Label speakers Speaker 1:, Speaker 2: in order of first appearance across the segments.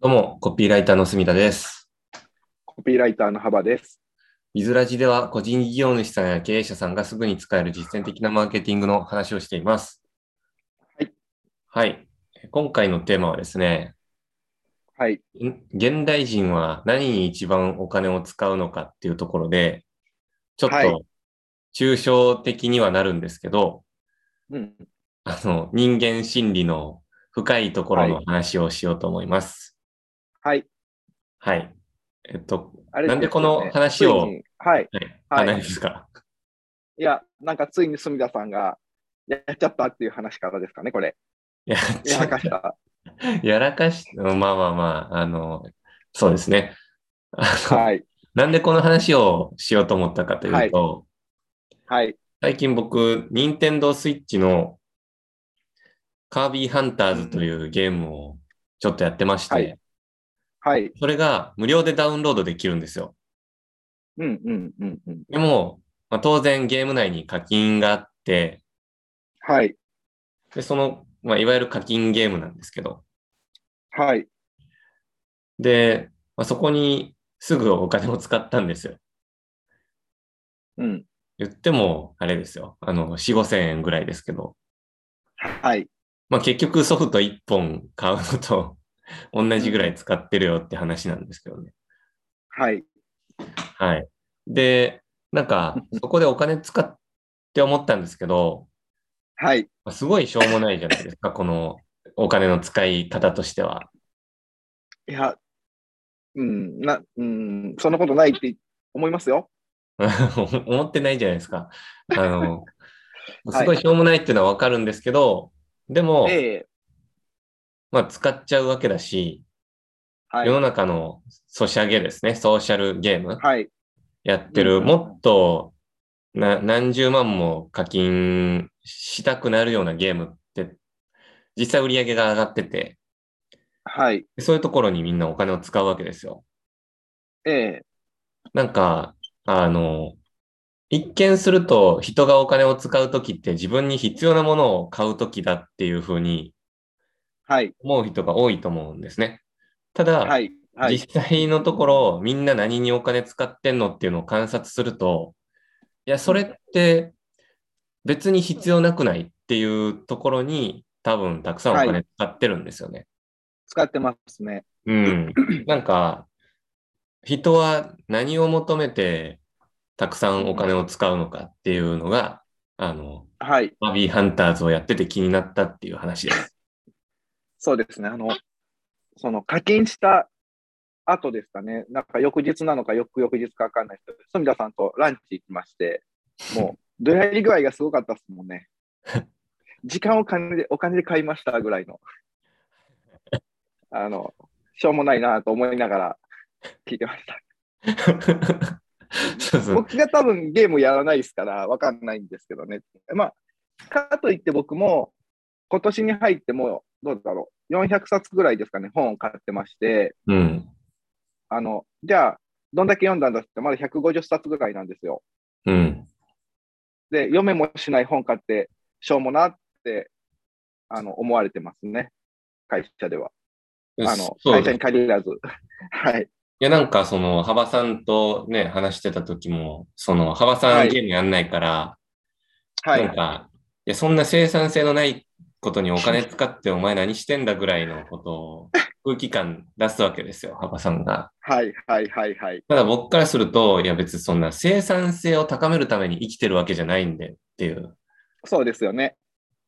Speaker 1: どうも、コピーライターの隅田です。
Speaker 2: コピーライターの幅です。
Speaker 1: ビズラジでは個人事業主さんや経営者さんがすぐに使える実践的なマーケティングの話をしています。
Speaker 2: はい。
Speaker 1: はい。今回のテーマはですね、
Speaker 2: はい。
Speaker 1: ん現代人は何に一番お金を使うのかっていうところで、ちょっ
Speaker 2: はい
Speaker 1: と抽象的にはなるんですけど、
Speaker 2: うん。
Speaker 1: あの、人間心理の深いところの
Speaker 2: は
Speaker 1: 話をしようと思います。
Speaker 2: はい。
Speaker 1: はい。えっと、
Speaker 2: あれす
Speaker 1: な
Speaker 2: よね
Speaker 1: んでこの話を
Speaker 2: ついにはい。
Speaker 1: はい。
Speaker 2: は
Speaker 1: あ、
Speaker 2: い
Speaker 1: 何ですか
Speaker 2: いや、なんかついに隅田さんがやっちゃったっていう話からですかね、これ。
Speaker 1: やっち
Speaker 2: や
Speaker 1: ゃっ
Speaker 2: らかした。
Speaker 1: やらかし、うんまあまあまあ、あの、そうですね。あの
Speaker 2: はい。
Speaker 1: なんでこの話をしようと思ったかというと、
Speaker 2: はい。
Speaker 1: 最近僕、任天堂スイッチのカービィハンターズというゲームをちょっとやってまして、
Speaker 2: はいはい。
Speaker 1: それが無料でダウンロードできるんですよ。
Speaker 2: うんうんうんうん。
Speaker 1: でも、まあ、当然ゲーム内に課金があって、
Speaker 2: はい。
Speaker 1: でその、まあ、いわゆる課金ゲームなんですけど、
Speaker 2: はい。
Speaker 1: で、まあ、そこにすぐお金を使ったんですよ。
Speaker 2: うん。
Speaker 1: 言っても、あれですよ。あの、4、5千円ぐらいですけど。
Speaker 2: はい。
Speaker 1: まあ結局ソフト1本買うのと 同じぐらい使ってるよって話なんですけどね。
Speaker 2: はい。
Speaker 1: はい。で、なんか、そこでお金使って思ったんですけど、
Speaker 2: はい。
Speaker 1: まあすごいしょうもないじゃないですか、 このお金の使い方としては。
Speaker 2: いや、うん、な、うん、そんなことないって思いますよ。
Speaker 1: 思ってないじゃないですか。あの、
Speaker 2: はい
Speaker 1: すごいしょうもないっていうのはわかるんですけど、でも、
Speaker 2: ええ
Speaker 1: まあ使っちゃうわけだし、
Speaker 2: はい
Speaker 1: 世。の中のソシャゲですね、ソーシャルゲーム
Speaker 2: はい。
Speaker 1: やってる、
Speaker 2: うん
Speaker 1: もっとな何十万も課金したくなるようなゲームって、実際売り上げが上がってて、
Speaker 2: はい。
Speaker 1: そういうところにみんなお金を使うわけですよ。
Speaker 2: ええ
Speaker 1: なんか、あの、一見すると人がお金を使うときって自分に必要なものを買うときだっていうふうに
Speaker 2: はい。
Speaker 1: 思う人が多いと思うんですね。ただ、
Speaker 2: はい。はい。
Speaker 1: 実際のところ、みんな何にお金使ってんのっていうのを観察すると、いや、それって別に必要なくないっていうところに、多分たくさんお
Speaker 2: は
Speaker 1: 金使ってるんですよね。
Speaker 2: 使ってますね。
Speaker 1: うん。なんか、人は何を求めてたくさんお金を使うのかっていうのが、あの、
Speaker 2: はい。
Speaker 1: バビーハンターズをやってて気になったっていう話 です。
Speaker 2: そうですね、あの、その課金した後ですかね、なんか翌日なのか、翌々日か分かんないですけど、住田さんとランチ行きまして、もう、どやり具合がすごかったですもんね。時間を金でお金で買いましたぐらいの、あの、しょうもないなと思いながら聞いてました。
Speaker 1: そうそう。
Speaker 2: 僕が多分ゲームやらないですから分かんないんですけどね。まあ、かといって僕も今年に入ってもうどうだろう、400冊ぐらいですかね、本を買ってまして、
Speaker 1: うん。
Speaker 2: あの、じゃあ、どんだけ読んだんだって、まだ150冊ぐらいなんですよ。
Speaker 1: うん。
Speaker 2: で、読めもしない本買って、しょうもなって、あの、思われてますね。会社では。あの、
Speaker 1: そう
Speaker 2: 会社に限らず。 はい。
Speaker 1: いや、なんか、その、幅さんとね、話してた時も、その、幅さ
Speaker 2: は
Speaker 1: ん
Speaker 2: い
Speaker 1: ゲームやんないから、
Speaker 2: は
Speaker 1: なん
Speaker 2: い。
Speaker 1: か、いや、そんな生産性のないことにお金使って、お前何してんだぐらいのことを、空気感出すわけですよ、 幅さんが。
Speaker 2: はい。はい。はい。はい。
Speaker 1: ただ僕からすると、いや、別にそんな生産性を高めるために生きてるわけじゃないんでっていう。
Speaker 2: そうですよね。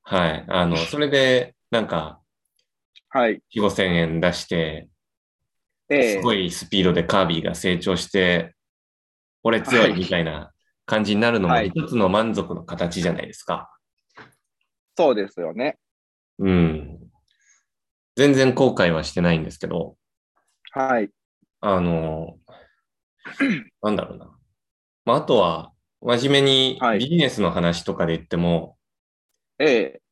Speaker 1: はい。あの、それで、なんか、
Speaker 2: はい。
Speaker 1: 5000円出して、
Speaker 2: ええ
Speaker 1: すごいスピードでカービィが成長して、俺強いみたいな感じになるのも
Speaker 2: はい
Speaker 1: 一つの満足の形じゃないですか。
Speaker 2: そうですよね。
Speaker 1: うん。全然後悔はしてないんですけど、
Speaker 2: はい。
Speaker 1: あ の、なんだろうな。まあ、あとは、真面目に
Speaker 2: はい
Speaker 1: ビジネスの話とかで言っても、
Speaker 2: ええ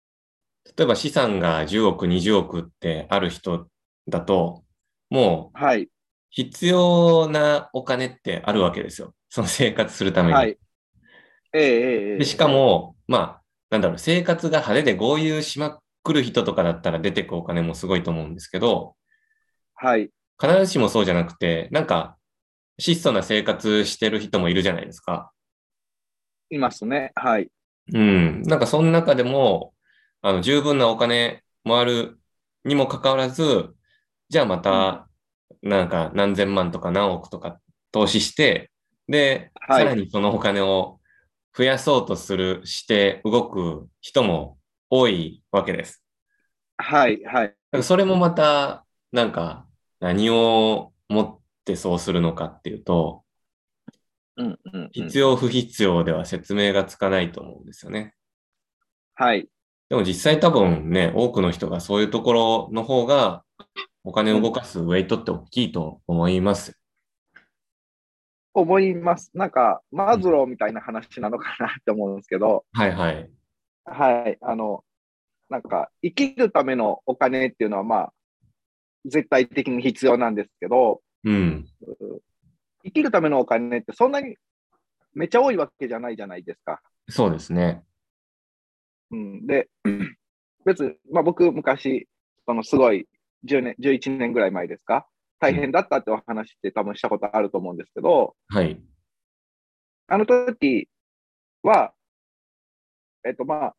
Speaker 1: 例えば資産が10億、20億ってある人だと、もう
Speaker 2: はい。
Speaker 1: 必要なお金ってあるわけですよ。その生活するために。
Speaker 2: はい。えええええ
Speaker 1: で、しかも、まあ、なんだろう、生活が派手で豪遊しまくる人とかだったら出てくお金もすごいと思うんですけど、
Speaker 2: はい。
Speaker 1: 必ずしもそうじゃなくて、なんか、質素な生活してる人もいるじゃないですか。
Speaker 2: いますね。はい。
Speaker 1: うん。なんかその中でも、あの、十分なお金もあるにもかかわらず、じゃあまた、なんか何千万とか何億とか投資して、で、
Speaker 2: はい
Speaker 1: さらにそのお金を増やそうとする、して動く人も多いわけです。
Speaker 2: はい。はい。
Speaker 1: だからそれもまた、なんか、何をもってそうするのかっていうと、
Speaker 2: うんうん、うん。
Speaker 1: 必要不必要では説明がつかないと思うんですよね。
Speaker 2: はい。
Speaker 1: でも実際多分ね、多くの人がそういうところの方が、お金を動かすウェイトって大きいと思います。
Speaker 2: 思います。なんか、マズローみたいな話なのかなって思うんですけど、
Speaker 1: はいはい。
Speaker 2: はい。あの、なんか、生きるためのお金っていうのは、まあ、絶対的に必要なんですけど、
Speaker 1: うん。
Speaker 2: 生きるためのお金ってそんなにめちゃ多いわけじゃないじゃないですか。
Speaker 1: そうですね。
Speaker 2: うん、で、 別に、まあ、僕、昔、そのすごい10年、11年ぐらい前ですか、大変だったってお話って多分したことあると思うんですけど、
Speaker 1: はい。
Speaker 2: あの時は、えっとまあ、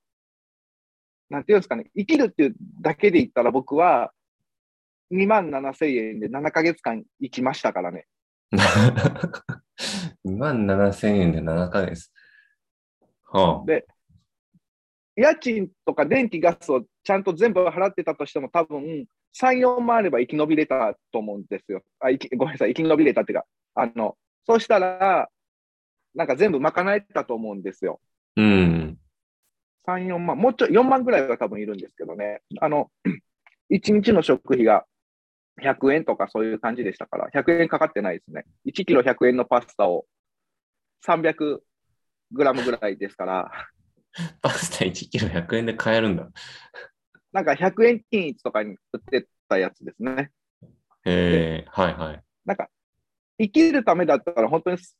Speaker 2: なんていうんですかね、生きるっていうだけで言ったら僕は、2万7千円で7ヶ月間生きましたからね。
Speaker 1: 2万7千円で7ヶ月。はあ、
Speaker 2: で、家賃とか電気、ガスをちゃんと全部払ってたとしても、多分3、4万あれば生き延びれたと思うんですよ。あ生きごめんなさい、生き延びれたっていうか、あのそうしたら、なんか全部賄えてたと思うんですよ。
Speaker 1: うん。
Speaker 2: 3、4万、もうちょい4万ぐらいは多分いるんですけどね。あの1日の食費が100円とかそういう感じでしたから、100円かかってないですね。1キロ100円のパスタを300グラムぐらいですから。
Speaker 1: パスタ1キロ100円で買えるんだ。
Speaker 2: なんか100円均一とかに売ってたやつですね。
Speaker 1: へえ、はいはい。
Speaker 2: なんか、生きるためだったら本当にそ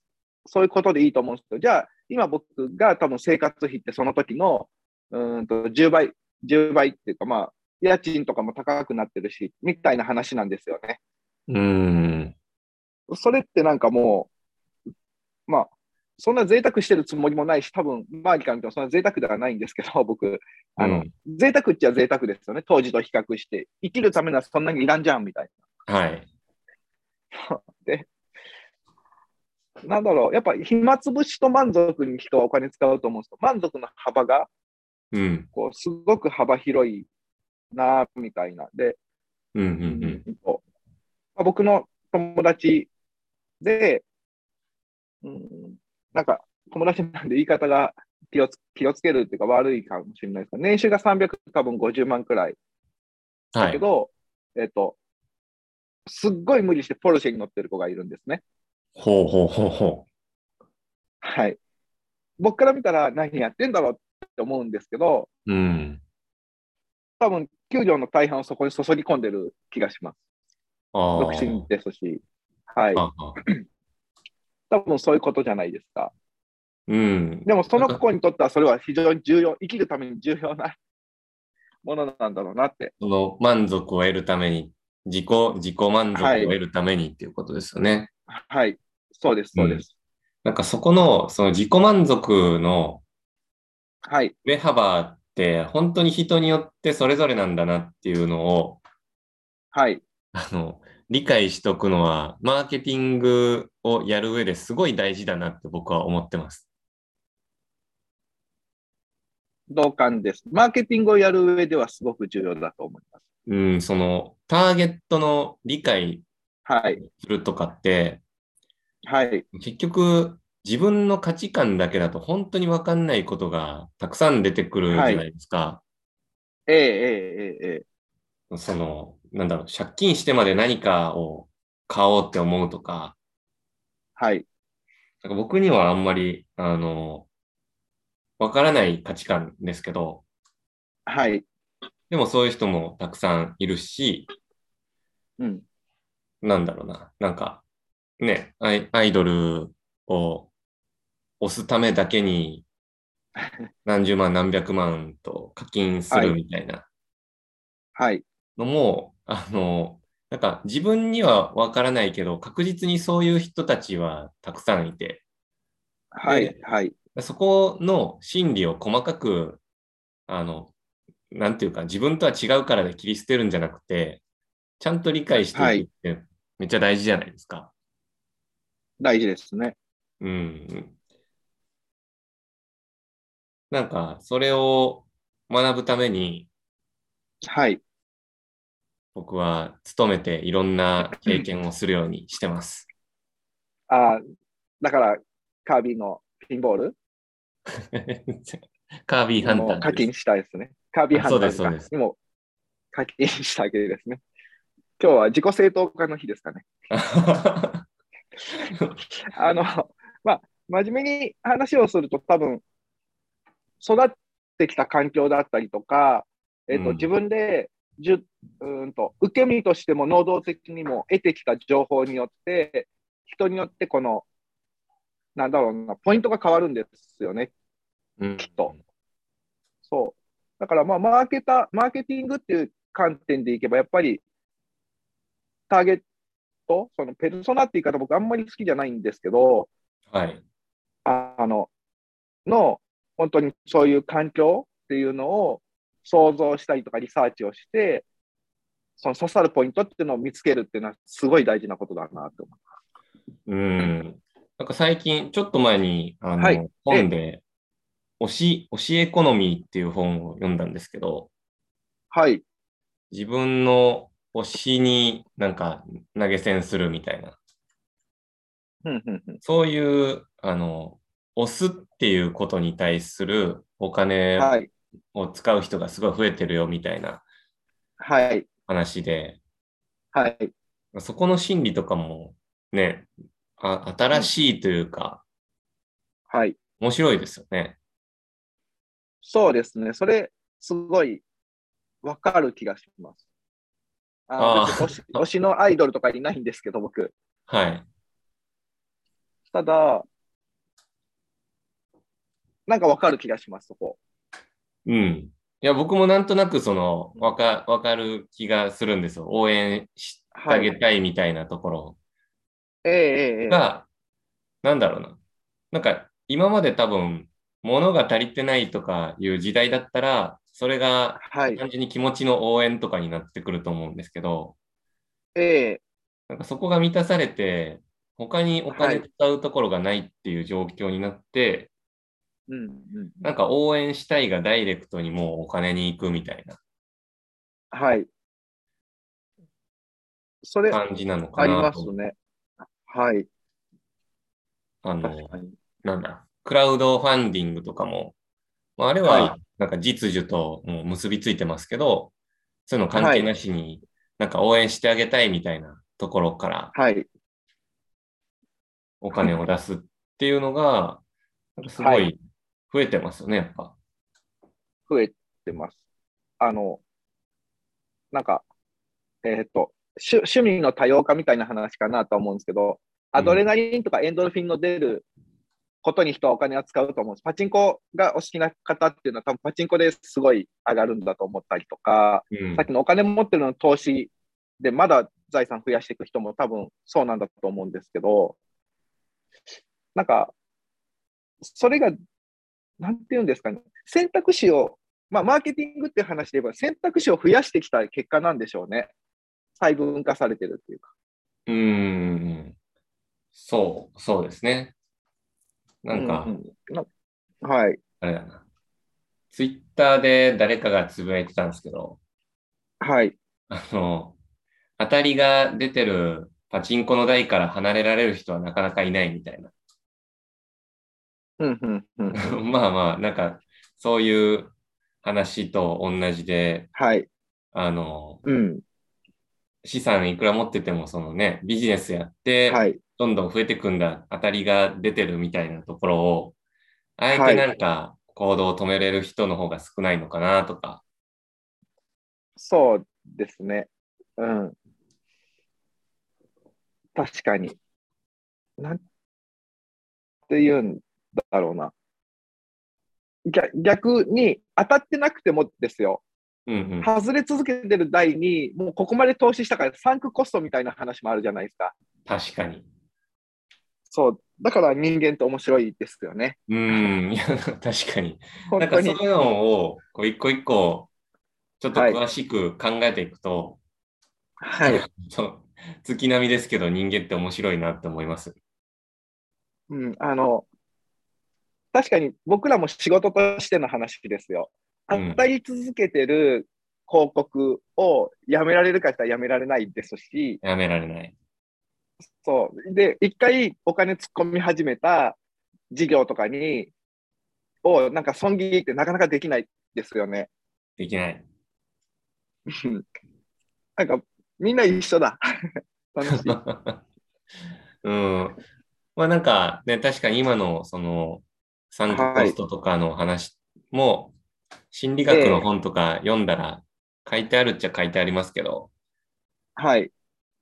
Speaker 2: そういうことでいいと思うんですけど、じゃあ、今僕が多分生活費ってその時の、うーんと、10倍、10倍っていうか、まあ、家賃とかも高くなってるし、みたいな話なんですよね。
Speaker 1: うん。
Speaker 2: それってなんかもう、まあ、そんな贅沢してるつもりもないし、多分周りから見てもそんな贅沢ではないんですけど、 僕、あの、
Speaker 1: うん
Speaker 2: 贅沢っちゃ贅沢ですよね、当時と比較して。生きるためならそんなにいらんじゃんみたいな。
Speaker 1: はい。
Speaker 2: なんだろう、やっぱ暇つぶしと満足に人はお金使うと思うんですけど、満足の幅が
Speaker 1: うん。
Speaker 2: こうすごく幅広いなあみたいな。で、
Speaker 1: うんうん
Speaker 2: うんとまあ僕の友達で、うん、なんか友達なんで言い方が気をつ気をつけるっていうか悪いかもしれないですけど、年収が300多分50万くらい
Speaker 1: うん。は
Speaker 2: だけ
Speaker 1: い。
Speaker 2: ど、えっと、すっごい無理してポルシェに乗ってる子がいるんですね。
Speaker 1: ほうほうほうほ
Speaker 2: はい。僕から見たら何やってんだろうって思うんですけど、
Speaker 1: う。うん。
Speaker 2: 多分給料の大半をそこに注ぎ込んでる気がします。
Speaker 1: あ
Speaker 2: 独身ですし、はい
Speaker 1: あ。。ああ
Speaker 2: 多分そういうことじゃないですか。
Speaker 1: うん。
Speaker 2: でもその子にとってはそれは非常に重要、生きるために重要なものなんだろうなって。
Speaker 1: その満足を得るために、自己、自己満足を
Speaker 2: はい
Speaker 1: 得るためにっていうことですよね。
Speaker 2: はい。そうです、そうです。
Speaker 1: なんかそこの、その自己満足の
Speaker 2: はい。
Speaker 1: 上幅って、本当に人によってそれぞれなんだなっていうのを、
Speaker 2: はい。
Speaker 1: あの、理解しとくのは、マーケティングをやる上ですごい大事だなって僕は思ってます。
Speaker 2: 同感です。マーケティングをやる上ではすごく重要だと思います。
Speaker 1: うん、その、ターゲットの理解
Speaker 2: はい。
Speaker 1: するとかって、
Speaker 2: はい。
Speaker 1: 結局、自分の価値観だけだと本当に分かんないことがたくさん出てくるじゃないですか。
Speaker 2: ええええええええ
Speaker 1: その、なんだろう、借金してまで何かを買おうって思うとか、
Speaker 2: はい。
Speaker 1: なんか僕にはあんまり、あの、分からない価値観ですけど、
Speaker 2: はい。
Speaker 1: でもそういう人もたくさんいるし、
Speaker 2: うん。
Speaker 1: なんだろうな、なんか、ね、アイアイドルを押すためだけに、何十万何百万と課金するみたいな
Speaker 2: はい。
Speaker 1: のも、あの、なんか自分にはわからないけど、確実にそういう人たちはたくさんいて、
Speaker 2: はい、はい。
Speaker 1: そこの心理を細かく、あの、なんていうか、自分とは違うからで切り捨てるんじゃなくて、ちゃんと理解していくってめっちゃ大事じゃないですか。
Speaker 2: 大事ですね。
Speaker 1: うん。なんか、それを学ぶために、
Speaker 2: はい。
Speaker 1: 僕は努めていろんな経験をするようにしてます。
Speaker 2: ああ、だから、カービィのピンボール
Speaker 1: カービーハン
Speaker 2: も
Speaker 1: タ
Speaker 2: う
Speaker 1: ー
Speaker 2: 課
Speaker 1: です
Speaker 2: 金。したいですね。カービィハンタ
Speaker 1: そう
Speaker 2: ー
Speaker 1: ですそうです
Speaker 2: にも課金したわけですね。今日は自己正当化の日ですかね。あの、 まあ、真面目に話をすると、多分育ってきた環境だったりとか、えっと
Speaker 1: うん
Speaker 2: 自分でじゅうーんと受け身としても能動的にも得てきた情報によって、人によってこの、なんだろうな、ポイントが変わるんですよね。
Speaker 1: うん
Speaker 2: きっと。そう。だから、まあ、マーケター、マーケティングっていう観点でいけば、やっぱり、ターゲット、そのペルソナって言い方、僕あんまり好きじゃないんですけど、
Speaker 1: はい。
Speaker 2: ああの、の、本当にそういう環境っていうのを想像したりとかリサーチをして、その刺さるポイントっていうのを見つけるっていうのはすごい大事なことだなと思
Speaker 1: うん。なんか最近、ちょっと前に、あの、
Speaker 2: はい
Speaker 1: 本で、推し、推しエコノミーっていう本を読んだんですけど、
Speaker 2: う。はい。
Speaker 1: 自分の推しになんか投げ銭するみたいな、
Speaker 2: うんうんうん
Speaker 1: そういう、あの、推すっていうことに対するお金
Speaker 2: はい。
Speaker 1: を使う人がすごい増えてるよみたいな
Speaker 2: はい。
Speaker 1: 話で、
Speaker 2: はい。
Speaker 1: そこの心理とかもね、あ新しいというか、
Speaker 2: はい。
Speaker 1: 面白いですよね。
Speaker 2: そうですね。それ、すごい、わかる気がします。
Speaker 1: あー
Speaker 2: あー 私推し推しのアイドルとかいないんですけど、僕。
Speaker 1: はい。
Speaker 2: ただ、なんかわかる気がします、そこ。
Speaker 1: うん。いや、僕もなんとなくその、わか、わかる気がするんですよ。応援して
Speaker 2: は
Speaker 1: あ
Speaker 2: い。え
Speaker 1: げたいみたいなところ
Speaker 2: えええええ
Speaker 1: が、なんだろうな。なんか、今まで多分、物が足りてないとかいう時代だったら、それが
Speaker 2: はい。
Speaker 1: 単純に気持ちの応援とかになってくると思うんですけど、
Speaker 2: ええ
Speaker 1: なんかそこが満たされて、他にお金
Speaker 2: は
Speaker 1: 使うところがないっていう状況になって、
Speaker 2: うんうん。
Speaker 1: なんか応援したいがダイレクトにもうお金に行くみたいな
Speaker 2: はい。それ、
Speaker 1: 感じなの
Speaker 2: あ
Speaker 1: か
Speaker 2: り
Speaker 1: な
Speaker 2: ま
Speaker 1: と。
Speaker 2: すね。はい。
Speaker 1: あ
Speaker 2: 確
Speaker 1: の
Speaker 2: か、に。
Speaker 1: なんだ、クラウドファンディングとかも、まあ、あれ
Speaker 2: は
Speaker 1: はなんか実需ともう結びついてますけど、そういうの関係なしに、なんか応援してあげたいみたいなところから
Speaker 2: はい。
Speaker 1: お金を出すっていうのが、なんかすご
Speaker 2: はい
Speaker 1: 増えてますよね、やっぱ。
Speaker 2: 増えてます。あの、なんか、えーっと、趣趣味の多様化みたいな話かなとは思うんですけど、アドレナリンとかエンドルフィンの出ることに人はお金を使うと思うんです。パチンコがお好きな方っていうのは、多分パチンコですごい上がるんだと思ったりとか、
Speaker 1: うん
Speaker 2: さっきのお金持ってるの投資で、まだ財産増やしていく人も多分そうなんだと思うんですけど、なんか、それが、なんていうんですかね、選択肢を、まあ、マーケティングっていう話で言えば、選択肢を増やしてきた結果なんでしょうね。細分化されてるっていうか。
Speaker 1: うーん。そう、そうですね。なんか
Speaker 2: う、んうんなはい。
Speaker 1: あれだな。ツイッターで誰かがつぶやいてたんですけど、
Speaker 2: はい。
Speaker 1: あの、当たりが出てるパチンコの台から離れられる人はなかなかいないみたいな。
Speaker 2: うんうんうん。
Speaker 1: まあまあ、なんか、そういう話と同じで、
Speaker 2: はい。
Speaker 1: あの、
Speaker 2: うん。
Speaker 1: 資産いくら持ってても、そのね、ビジネスやって、
Speaker 2: はい。
Speaker 1: どんどん増えてくんだ、当たりが出てるみたいなところを、あえ
Speaker 2: は
Speaker 1: て
Speaker 2: い
Speaker 1: なんか行動を止めれる人の方が少ないのかなとか、
Speaker 2: そうですね。うん。確かに。なんて言うんだろうな。逆逆に当たってなくてもですよ。
Speaker 1: うんうん。
Speaker 2: 外れ続けてる台に、もうここまで投資したから、サンクコストみたいな話もあるじゃないですか。
Speaker 1: 確かに。
Speaker 2: そう、だから人間って面白いですよね。
Speaker 1: うん。いや、確かに。
Speaker 2: 本
Speaker 1: なん
Speaker 2: 当
Speaker 1: かそ
Speaker 2: に
Speaker 1: う。いうのを、こう一個一個、ちょっと詳しく考えていくと、
Speaker 2: はい。
Speaker 1: そう月並みですけど、人間って面白いなって思います。
Speaker 2: うん、あの、確かに僕らも仕事としての話ですよ。
Speaker 1: うん
Speaker 2: 当たり続けてる広告をやめられるかって言ったらやめられないですし、
Speaker 1: やめられない。
Speaker 2: そう。で、一回お金突っ込み始めた事業とかに、をなんか損切りってなかなかできないですよね。
Speaker 1: できない。
Speaker 2: うんなんかみんな一緒だ。 楽し い。
Speaker 1: うん。まあなんかね、確かに今のその、サンクコストとかの話も、心理学の本とか読んだら書いてあるっちゃ書いてありますけど、
Speaker 2: はい。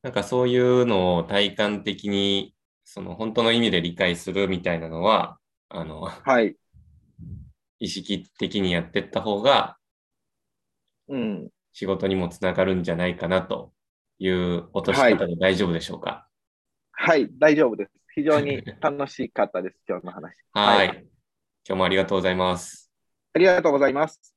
Speaker 1: なんかそういうのを体感的に、その本当の意味で理解するみたいなのは、あの、
Speaker 2: はい。
Speaker 1: 意識的にやってった方が
Speaker 2: うん。
Speaker 1: 仕事にもつながるんじゃないかなという落とし方で大丈夫でしょうか。
Speaker 2: はい。大丈夫です。非常に楽しかったです。今日の話。
Speaker 1: はい。
Speaker 2: はい
Speaker 1: 今日もありがとうございます。
Speaker 2: ありがとうございます。